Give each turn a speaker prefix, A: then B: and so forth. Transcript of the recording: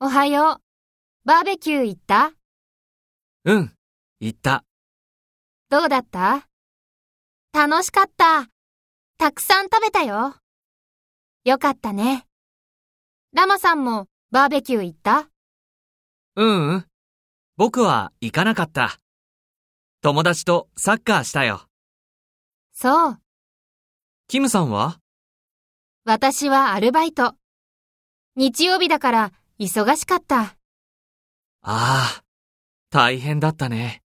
A: おはよう。バーベキュー行った
B: うん、行った。
A: どうだった楽しかった。たくさん食べたよ。よかったね。ラマさんもバーベキュー行った
B: うんうん。僕は行かなかった。友達とサッカーしたよ。
A: そう。
B: キムさんは
A: 私はアルバイト。日曜日だから忙しかった。
B: ああ、大変だったね。